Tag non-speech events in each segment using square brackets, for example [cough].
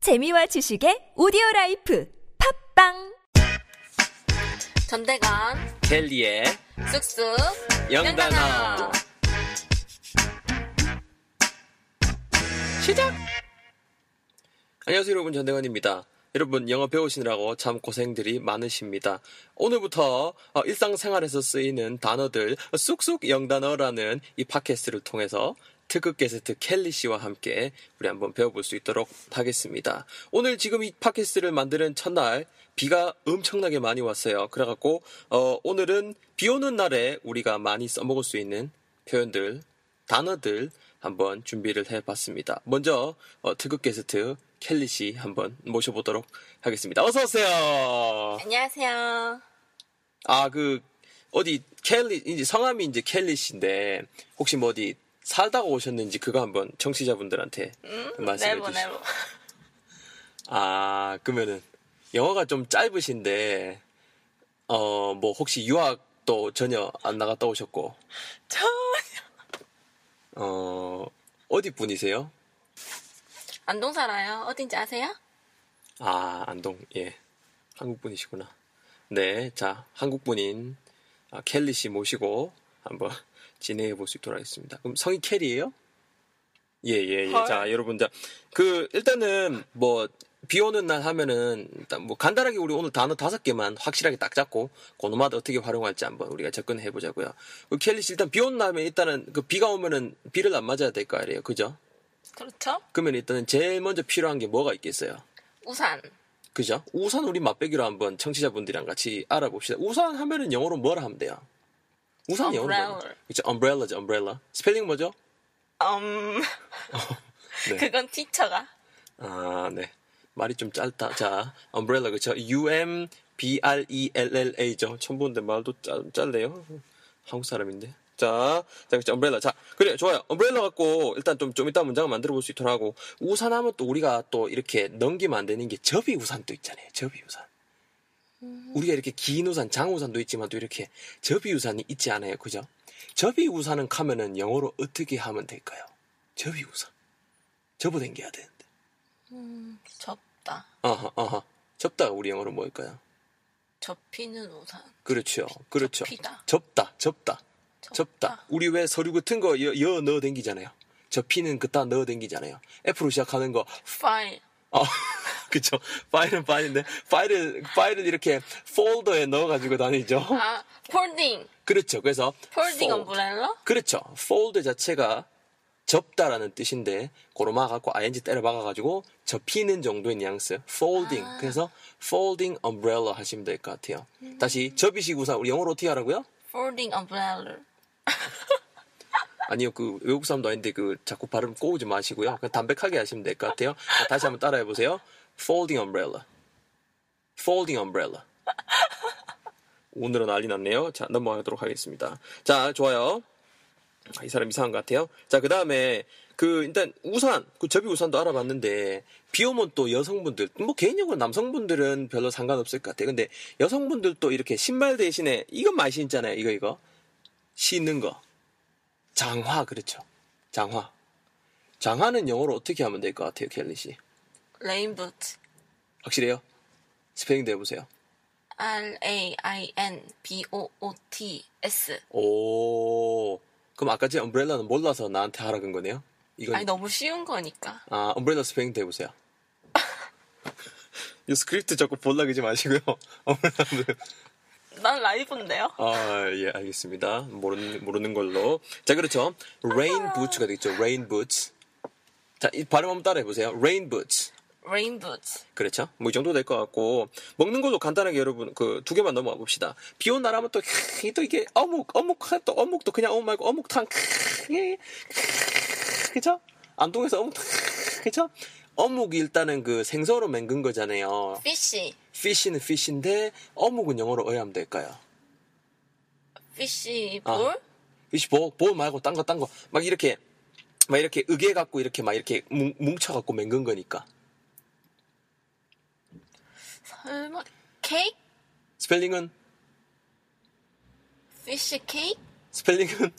재미와 지식의 오디오 라이프 팝빵 전대관 켈리의 쑥쑥 영단어 시작! 안녕하세요 여러분 전대건입니다. 여러분 영어 배우시느라고 참 고생들이 많으십니다. 오늘부터 어, 일상생활에서 쓰이는 단어들 쑥쑥 영단어라는 이 팟캐스트를 통해서 특급 게스트 켈리 씨와 함께 우리 한번 배워볼 수 있도록 하겠습니다. 오늘 지금 이 팟캐스트를 만드는 첫날 비가 엄청나게 많이 왔어요. 그래갖고 어, 오늘은 비 오는 날에 우리가 많이 써먹을 수 있는 표현들, 단어들 한번 준비를 해봤습니다. 먼저 어, 특급 게스트 켈리 씨 한번 모셔보도록 하겠습니다. 어서 오세요. 안녕하세요. 아 그 어디 켈리 이제 성함이 이제 켈리 씨인데 혹시 뭐 어디 살다가 오셨는지 그거 한번 청취자분들한테 말씀해 음, 네모 [laughs] 주시죠. 네모. 아, 그러면은 영어가 좀 짧으신데 어 뭐 혹시 유학도 전혀 안 나갔다 오셨고 전혀. 어 어디 분이세요? 안동 살아요. 어딘지 아세요? 아, 안동. 예. 한국 분이시구나. 네. 자, 한국 분인 아, 켈리 씨 모시고 한번 [laughs] 진행해 볼 수 있도록 하겠습니다. 그럼 성이 켈리예요? 예, 예, 예. 헐. 자, 여러분 자. 그 일단은 뭐 비 오는 날 하면은 일단 뭐 간단하게 우리 오늘 단어 다섯 개만 확실하게 딱 잡고 그놈마다 어떻게 활용할지 한번 우리가 접근해 보자고요. 그 켈리 씨 일단 비 오는 날면 일단은 그 비가 오면은 비를 안 맞아야 될 거 아니에요. 그죠? 그렇죠. 그러면 일단은 제일 먼저 필요한 게 뭐가 있겠어요? 우산. 그죠? 우산 우리 맛배기로 한번 청취자분들이랑 같이 알아봅시다. 우산 하면은 영어로 뭐라 하면 돼요? 우산 영어로 뭐라 Umbrella. 그죠? umbrella죠, umbrella. 스펠링 뭐죠? 음. 네. 그건 티처가. 아, 네. 말이 좀 짧다. 자, umbrella 그죠? U M B R E L L A죠. 처음 보는데 말도 짧, 짧네요. 한국 사람인데. 자, 자, 그죠? umbrella. 자, 그래, 좋아요. umbrella 갖고 일단 좀, 좀 이따 문장을 만들어 볼 수 있도록 하고, 우산 하면 또 우리가 또 이렇게 넘기면 안 되는 게 접이 우산도 있잖아요. 접이 우산. 우리가 이렇게 긴 우산, 장우산도 있지만 또 이렇게 접이 우산이 있지 않아요. 그죠? 접이 우산은 가면은 영어로 어떻게 하면 될까요? 접이 우산. 접어 당겨야 되는데. 접다. 아하, 아하. 접다가 우리 영어로 뭘까요? 접히는 우산. 그렇죠. 그렇죠. 접히다. 접다, 접다, 접다. 접다. 우리 왜 서류 같은 거 여, 여 넣어 댕기잖아요. 접히는 그따 넣어 댕기잖아요. F로 시작하는 거. 파일. 아, [laughs] 그쵸. 파일은 파일인데, 파일을, 파일을 이렇게 폴더에 넣어가지고 다니죠. 아, 폴딩. 그렇죠. 그래서. 폴딩 fold. 엄브렐러? 그렇죠. fold 자체가 접다라는 뜻인데 고로 막아갖고 ing 때려 박아가지고 접히는 정도의 뉘앙스 folding 그래서 folding umbrella 하시면 될 것 같아요 다시 접이식 우산 우리 영어로 어떻게 하라고요? 폴딩 엄브렐러. 아니요 그 외국 사람도 아닌데 그 자꾸 발음 꼬우지 마시고요 그냥 담백하게 하시면 될 것 같아요 자, 다시 한번 따라해 보세요 folding umbrella folding umbrella 오늘은 난리 났네요 자 넘어가도록 하겠습니다 자 좋아요 아, 이 사람 이상한 것 같아요. 자, 그 다음에, 그, 일단, 우산, 그 접이 우산도 알아봤는데, 비 오면 또 여성분들, 뭐 개인적으로 남성분들은 별로 상관없을 것 같아요. 근데 여성분들도 이렇게 신발 대신에, 이건 많이 신잖아요. 이거, 이거. 신는 거. 장화, 그렇죠. 장화. 장화는 영어로 어떻게 하면 될 것 같아요, 켈리 씨? 레인부츠. 확실해요? 스페링도 해보세요. R A I N B O O T S. 오, 그럼 아까 제 엄브렐라는 몰라서 나한테 하라 그런 거네요? 이건 아니 너무 쉬운 거니까. 아, 엄브렐라 스페인도 해보세요. [laughs] 이 스크립트 자꾸 볼락이지 마시고요. [laughs] 엄브렐라. 난 라이브인데요. 아, 예, 알겠습니다. 모르는, 모르는 걸로. 자, 그렇죠. 레인 부츠가 되겠죠. 레인 부츠. 자, 이 발음 한번 따라해보세요. 레인 부츠. 레인부츠. 그렇죠. 뭐 이 정도 될 것 같고 먹는 걸로 간단하게 여러분 그 두 개만 넘어가 봅시다. 비 온 날하면 또, [laughs] 캬, 또 이게 어묵 어묵 또 어묵도 그냥 어묵 말고 어묵탕 그죠? 안동에서 어묵탕 [laughs] 그죠? 어묵이 일단은 그 생선으로 맹근 거잖아요. 피쉬. 피쉬는 피쉬인데 어묵은 영어로 어야 하면 될까요? 피쉬 아. 볼? 이씨 뭐, 뭐 말고 딴 거 딴 거 막 이렇게 막 이렇게 으개 갖고 이렇게 막 이렇게 뭉, 뭉쳐 갖고 맹근 거니까 설마 케이크? 스펠링은 피쉬 케이크? 스펠링은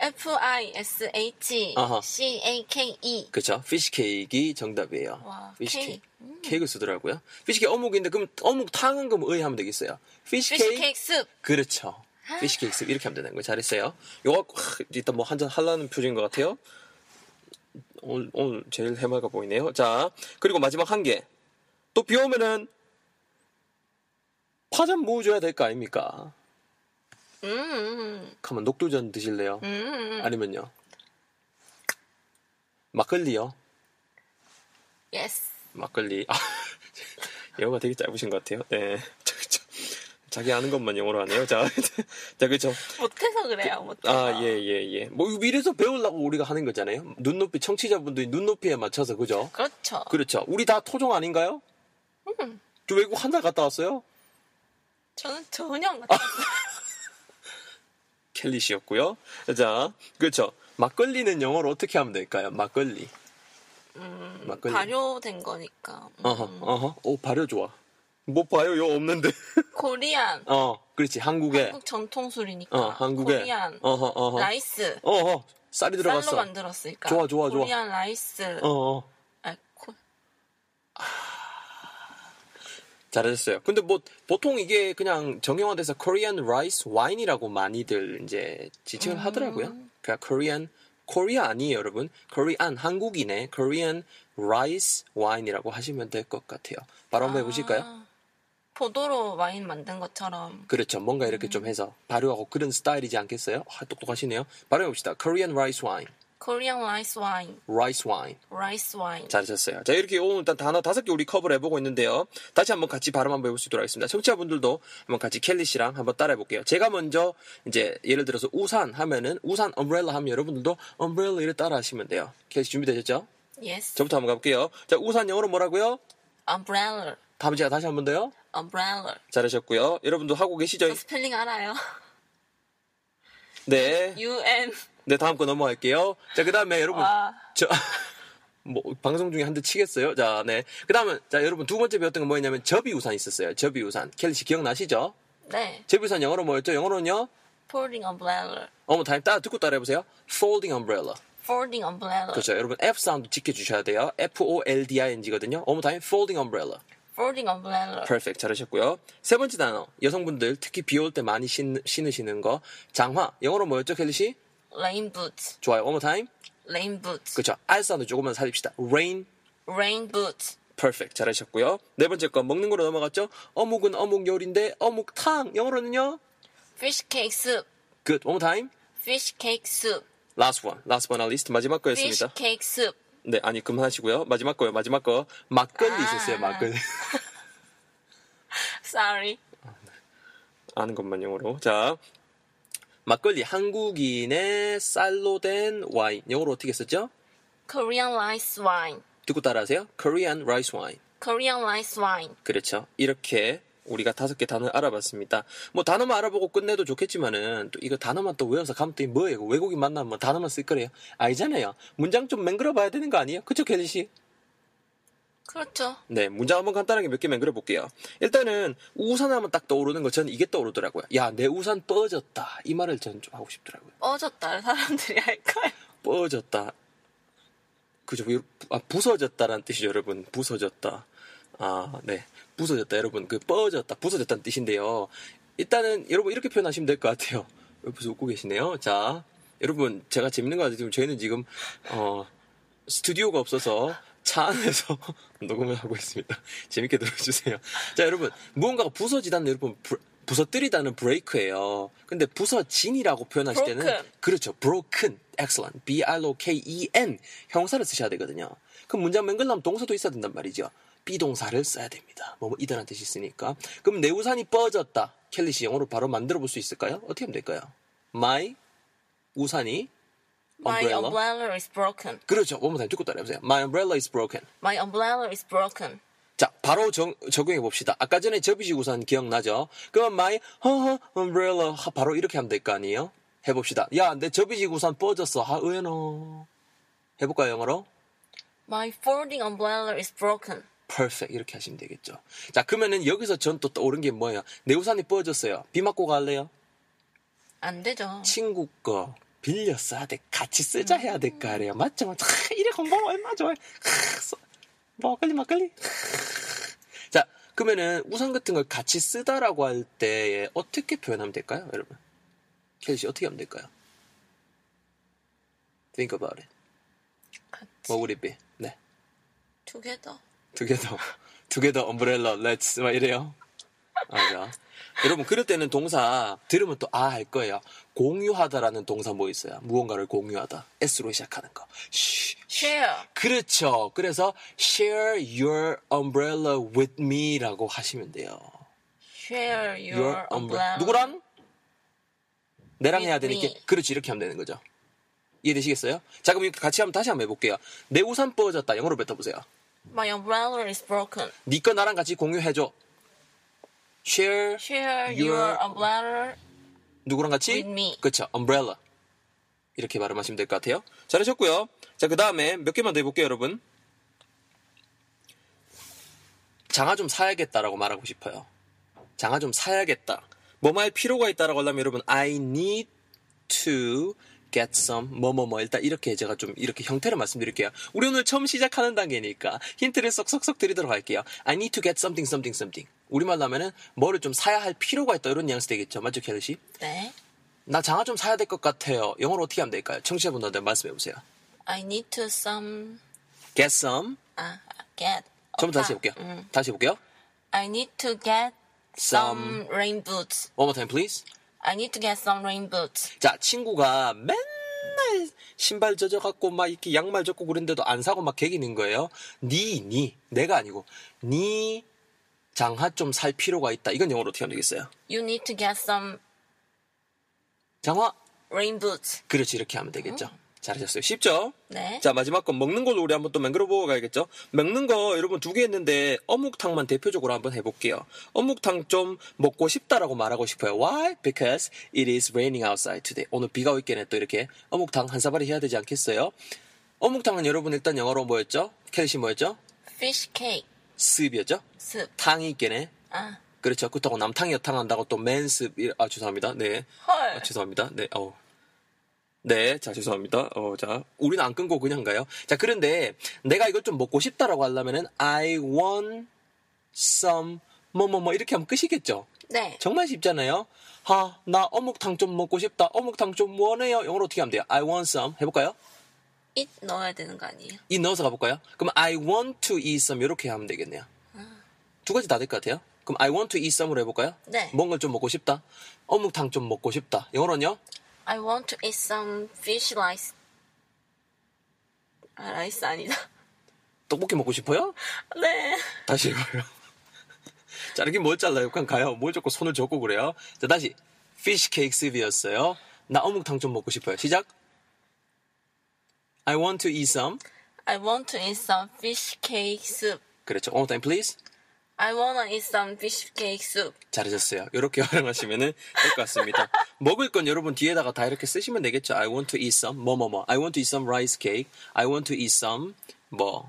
F I S H 아하. C A K E. 그렇죠. 피시 케이크가 정답이에요. 와, 피시 케이크. 음. 케이크. 케이크 쓰더라고요. 피시 케이크 어묵인데 그럼 어묵 탕은 그럼 의하면 되겠어요. 피시 피쉬 케이크. 케이크 숲. 그렇죠. 피시 케이크 습 이렇게 하면 되는 거예요. 잘했어요. 요거 확, 일단 뭐 한잔 하려는 표정인 것 같아요. 오늘, 오늘 제일 해맑아 보이네요. 자, 그리고 마지막 한 개. 또 비 오면은 파전 모으줘야 될 거 아닙니까? 음. 가만 녹두전 드실래요? 음. 아니면요? 막걸리요? Yes. 막걸리. 아, [laughs] 영어가 되게 짧으신 것 같아요. 네. [laughs] 자, 자, 자기 아는 것만 영어로 하네요. 자, [laughs] 자 그렇죠. 못해서 그래요. 못해서. 아, 예, 예, 예. 뭐 이거 미래서 배우려고 우리가 하는 거잖아요. 눈높이 청취자분들이 눈높이에 맞춰서 그죠? 그렇죠. 그렇죠. 우리 다 토종 아닌가요? 음. 저 외국 한 달 갔다 왔어요. 저는 전혀 같아요. 켈리 씨였고요. 자, 그렇죠. 막걸리는 영어로 어떻게 하면 될까요? 막걸리. 음, 막걸리. 발효된 거니까. 음. 어허, 어허. 오, 발효 좋아. 뭐 봐요? 요 없는데. [laughs] 코리안. 어, 그렇지. 한국에. 한국 전통술이니까. 어, 한국에. 코리안. 어허, 어허. 라이스. 어허. 쌀이 들어갔어. 쌀로 만들었으니까. 좋아, 좋아, 좋아. 코리안 라이스. 어어. 아, 코... 잘하셨어요. 근데 뭐 보통 이게 그냥 정형화돼서 Korean rice wine이라고 많이들 이제 지칭을 음. 하더라고요. 그러니까 Korean 코리아 아니에요, 여러분. Korean 한국인의 Korean rice wine이라고 하시면 될 것 같아요. 바로 한번 해보실까요? 아, 포도로 와인 만든 것처럼. 그렇죠. 뭔가 이렇게 좀 해서 발효하고 그런 스타일이지 않겠어요? 아, 똑똑하시네요. 바로 해봅시다. Korean rice wine, 코리안 라이스 와인. rice wine. 라이스 와인. 잘하셨어요. 자, 이렇게 오늘 일단 단어 다섯 개 우리 커버를 해보고 있는데요. 다시 한번 같이 발음 한번 해볼 수 있도록 하겠습니다. 청취자분들도 한번 같이 켈리 씨랑 한번 따라해볼게요. 제가 먼저 이제 예를 들어서 우산 하면은 우산 umbrella 하면 여러분들도 umbrella 이를 따라하시면 돼요. 켈리 씨 준비되셨죠? 예스. 저부터 한번 가볼게요. 자, 우산 영어로 뭐라고요? umbrella. 다음 제가 다시 한번 더요. umbrella. 잘하셨고요. 여러분도 하고 계시죠? 저 스펠링 알아요. [laughs] 네. UN. 네, 다음 거 넘어갈게요. 자, 그 다음에 여러분. 와. 저, [laughs] 뭐, 방송 중에 한 대 치겠어요? 자, 네. 그 다음은, 자, 여러분 두 번째 배웠던 건 뭐였냐면 접이 우산 있었어요. 접이 우산. 켈리 씨 기억나시죠? 네. 접이 우산 영어로 뭐였죠? 영어로는요? folding umbrella. 어머, 다임 따라 듣고 따라해보세요. folding umbrella. folding umbrella. 그렇죠. 여러분, F 사운드 지켜주셔야 돼요. F-O-L-D-I-N-G거든요. 어머, 다임 folding umbrella. folding umbrella. perfect. 잘하셨고요. 세 번째 단어. 여성분들, 특히 비 올 때 많이 신, 신으시는 거. 장화. 영어로 뭐였죠, 켈리 씨? rain boots. 좋아요. 어머, 다임. rain boots. 그렇죠. R 사운드 조금만 살립시다. rain rain boots. 퍼펙트 잘하셨고요. 네 번째 건 먹는 거로 넘어갔죠. 어묵은 어묵 요리인데 어묵탕 영어로는요. fish cake soup. Good one more time. fish cake soup. Last one, last one on list 마지막 fish 거였습니다. cake soup. 네, 아니 그만하시고요. 마지막 거요, 마지막 거 막걸리 아. 있었어요. 막걸리 [laughs] sorry. 아는 것만 영어로. 자, 막걸리 한국인의 쌀로 된 와인 영어로 어떻게 썼죠? korean rice wine. 듣고 따라하세요. Korean rice wine. korean rice wine. 그렇죠. 이렇게 우리가 다섯 개 단어 알아봤습니다. 뭐 단어만 알아보고 끝내도 좋겠지만은 또 이거 단어만 또 외워서 가면 또 이게 뭐예요? 외국인 만나면 뭐 단어만 쓸 거래요. 알잖아요. 문장 좀 맹글어 봐야 되는 거 아니에요? 그쵸, 켈리 씨? 그렇죠. 네, 문장 한번 간단하게 몇 개 맹글어 볼게요. 일단은 우산 하면 딱 떠오르는 거 저는 이게 떠오르더라고요. 야, 내 우산 뻗었다. 이 말을 저는 좀 하고 싶더라고요. 뻗었다 사람들이 할까요? 뻗었다. 그죠? 부- 아, 부서졌다라는 뜻이죠, 여러분. 부서졌다. 아, 네. 부서졌다, 여러분. 그 뻗었다, 부서졌다는 뜻인데요. 일단은 여러분 이렇게 표현하시면 될 것 같아요. 옆에서 웃고 계시네요. 자, 여러분 제가 재밌는 거 같아요. 저희는 지금 어, 스튜디오가 없어서 차 안에서 [laughs] 녹음을 하고 있습니다. [laughs] 재밌게 들어주세요. 자, 여러분 무언가가 부서지다는 여러분 부- 부서뜨리다는 브레이크예요. 근데 부서진이라고 표현하실 때는 Broken. 그렇죠. broken, excellent, b r o k e n 형사를 쓰셔야 되거든요. 그럼 문장 맹글라면 동사도 있어야 된단 말이죠. 비동사를 써야 됩니다. 뭐 이다란 뜻이 있으니까. 그럼 내 우산이 뻗었다. 켈리 씨 영어로 바로 만들어 볼 수 있을까요? 어떻게 하면 될까요? My 우산이 My Umbrella? umbrella is broken. 그렇죠. 원more time 듣고 따라해보세요. My umbrella is broken. My umbrella is broken. 자, 바로 정- 적용해 봅시다. 아까 전에 접이식 우산 기억나죠? 그럼 my 허허 umbrella 하- 바로 이렇게 하면 될 거 아니에요? 해봅시다. 야, 내 접이식 우산 뻗었어. 하 의연어. 해볼까요 영어로? My folding umbrella is broken. perfect 이렇게 하시면 되겠죠. 자, 그러면은 여기서 전 또 떠오른 게 뭐예요? 내 우산이 뻗었어요. 비 맞고 갈래요? 안 되죠. 친구 거 빌려 써야 돼. 같이 쓰자 해야 될 거 아니에요. 맞죠? 맞죠? 하, 이래 공부하면 얼마 좋아요. 하, 써- 뭐, 막걸리, 막걸리. 하. 자, 그러면은 우산 같은 걸 같이 쓰다라고 할 때 어떻게 표현하면 될까요, 여러분? 켈리 씨, 어떻게 하면 될까요? Think about it. 같이 What would it be? 네. 두 개 더. together, [laughs] together, umbrella, let's 막 이래요. 맞아. 여러분 그럴 때는 동사 들으면 또 아 할 거예요. 공유하다라는 동사 뭐 있어요? 무언가를 공유하다. s로 시작하는 거. 쉬, 쉬. Share. 그렇죠. 그래서 share your umbrella with me라고 하시면 돼요. Share your umbrella. 누구랑? 내랑 With 해야 되니까 me. 그렇지 이렇게 하면 되는 거죠. 이해되시겠어요? 자 그럼 이거 같이 한번 다시 한번 해볼게요. 내 우산 부러졌다. 영어로 뱉어보세요. My umbrella is broken. 네 거 나랑 같이 공유해줘. Share Share Your- your, umbrella. 누구랑 같이? With me. 그쵸. Umbrella. 이렇게 발음하시면 될 것 같아요. 잘하셨고요. 자, 그 다음에 몇 개만 더 해볼게요, 여러분. 장화 좀 사야겠다라고 말하고 싶어요. 장화 좀 사야겠다. 뭐뭐할 필요가 있다라고 하려면 여러분, I need to get some 뭐뭐뭐 일단 이렇게 제가 좀 이렇게 형태를 말씀드릴게요. 우리 오늘 처음 시작하는 단계니까 힌트를 쏙쏙쏙 드리도록 할게요. I need to get something something something. 우리말로 하면은 뭐를 좀 사야 할 필요가 있다 이런 뉘앙스 되겠죠. 맞죠, 캐리 씨? 네. 나 장화 좀 사야 될 것 같아요. 영어로 어떻게 하면 될까요? 청취자분들한테 말씀해 보세요. I need to some Get some. 아 get. 오빠. 저부터 다시 해볼게요. 음. 다시 해볼게요. I need to get Some. some rain boots. One more time, please. I need to get some rain boots. 자, 친구가 맨날 신발 젖어갖고 막 이렇게 양말 젖고 그랬는데도 안 사고 막 개기는 거예요. 니, 니. 내가 아니고. 니 장화 좀 살 필요가 있다. 이건 영어로 어떻게 하면 되겠어요? You need to get some 장화. rain boots. 그렇지. 이렇게 하면 되겠죠. 잘하셨어요. 쉽죠? 네. 자 마지막 건 먹는 걸로 우리 한번 또 맹글어 보고 가야겠죠 먹는 거 여러분 두 개 했는데 어묵탕만 대표적으로 한번 해볼게요 어묵탕 좀 먹고 싶다라고 말하고 싶어요 why because it is raining outside today 오늘 비가 오겠네 또 이렇게 어묵탕 한 사발이 해야 되지 않겠어요 어묵탕은 여러분 일단 영어로 뭐였죠 켈시 뭐였죠 Fish cake. 스입이었죠 습. 탕이 있겠네 아. 그렇죠 그렇다고 남탕 여탕 한다고 또 맨습 아 죄송합니다 네 헐. 아, 죄송합니다. 네, 어. 네, 자, 죄송합니다. 어, 자, 우리는 안 끊고 그냥 가요. 자, 그런데 내가 이걸 좀 먹고 싶다라고 하려면은 I want some 뭐뭐뭐 이렇게 하면 끝이겠죠. 네. 정말 쉽잖아요. 아, 나 어묵탕 좀 먹고 싶다. 어묵탕 좀 원해요. 영어로 어떻게 하면 돼요? I want some 해볼까요? it 넣어야 되는 거 아니에요? 이 넣어서 가볼까요? 그럼 I want to eat some 이렇게 하면 되겠네요. 두 가지 다 될 것 같아요. 그럼 I want to eat some으로 해볼까요? 네. 뭔가를 좀 먹고 싶다. 어묵탕 좀 먹고 싶다. 영어로는요? I want to eat some fish rice. 아, 라이스 아니다. [laughs] 떡볶이 먹고 싶어요? 네. 다시 해봐요. [laughs] 자르긴 뭘 잘라요? 그냥 가요. 뭘 자꾸 손을 젓고 그래요? 자, 다시. Fish cake soup 이었어요. 나 어묵탕 좀 먹고 싶어요. 시작. I want to eat some. I want to eat some fish cake soup. 그렇죠. One more time, please. I wanna eat some fish cake soup. 잘하셨어요. 이렇게 [laughs] 활용하시면 될 것 같습니다. 먹을 건 여러분 뒤에다가 다 이렇게 쓰시면 되겠죠. I want to eat some 뭐뭐뭐. I want to eat some rice cake. I want to eat some 뭐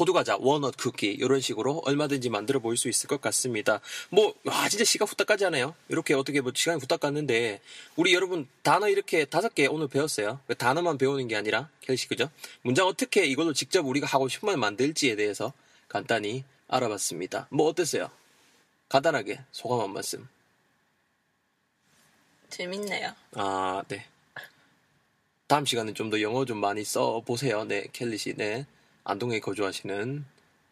호두 과자, 워넛 쿠키 이런 식으로 얼마든지 만들어 보일 수 있을 것 같습니다. 뭐 와, 진짜 시간 후딱 가지 않아요? 이렇게 어떻게 뭐 시간이 후딱 갔는데 우리 여러분 단어 이렇게 다섯 개 오늘 배웠어요. 그 단어만 배우는 게 아니라 결식 그죠? 문장 어떻게 이걸로 직접 우리가 하고 싶은 말 만들지에 대해서 간단히 알아봤습니다. 뭐 어땠어요? 간단하게 소감 한 말씀. 재밌네요. 아, 네. 다음 시간에 좀 더 영어 좀 많이 써 보세요. 네, 켈리 씨. 네. 안동에 거주하시는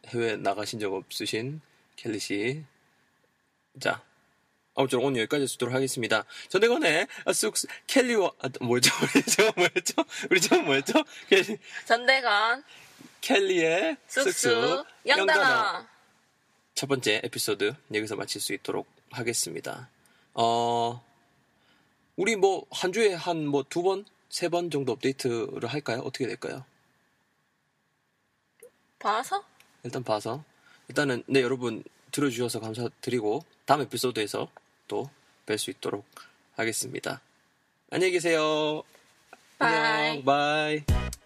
해외 나가신 적 없으신 켈리 씨. 자. 아무쪼록 오늘 여기까지 쓰도록 하겠습니다. 전대건의 쑥스 켈리와 아, 뭐죠? [laughs] 우리 저거 뭐였죠? 우리 저거 뭐였죠? 켈리, 전대건, 켈리의 쑥쑥, 영단어. 영단어. 첫 번째 에피소드 여기서 마칠 수 있도록 하겠습니다. 어, 우리 뭐 한 주에 한 뭐 두 번, 세 번 정도 업데이트를 할까요? 어떻게 될까요? 봐서? 일단 봐서 일단은 네 여러분 들어주셔서 감사드리고 다음 에피소드에서 또 뵐 수 있도록 하겠습니다. 안녕히 계세요. 바이. 안녕. 바이.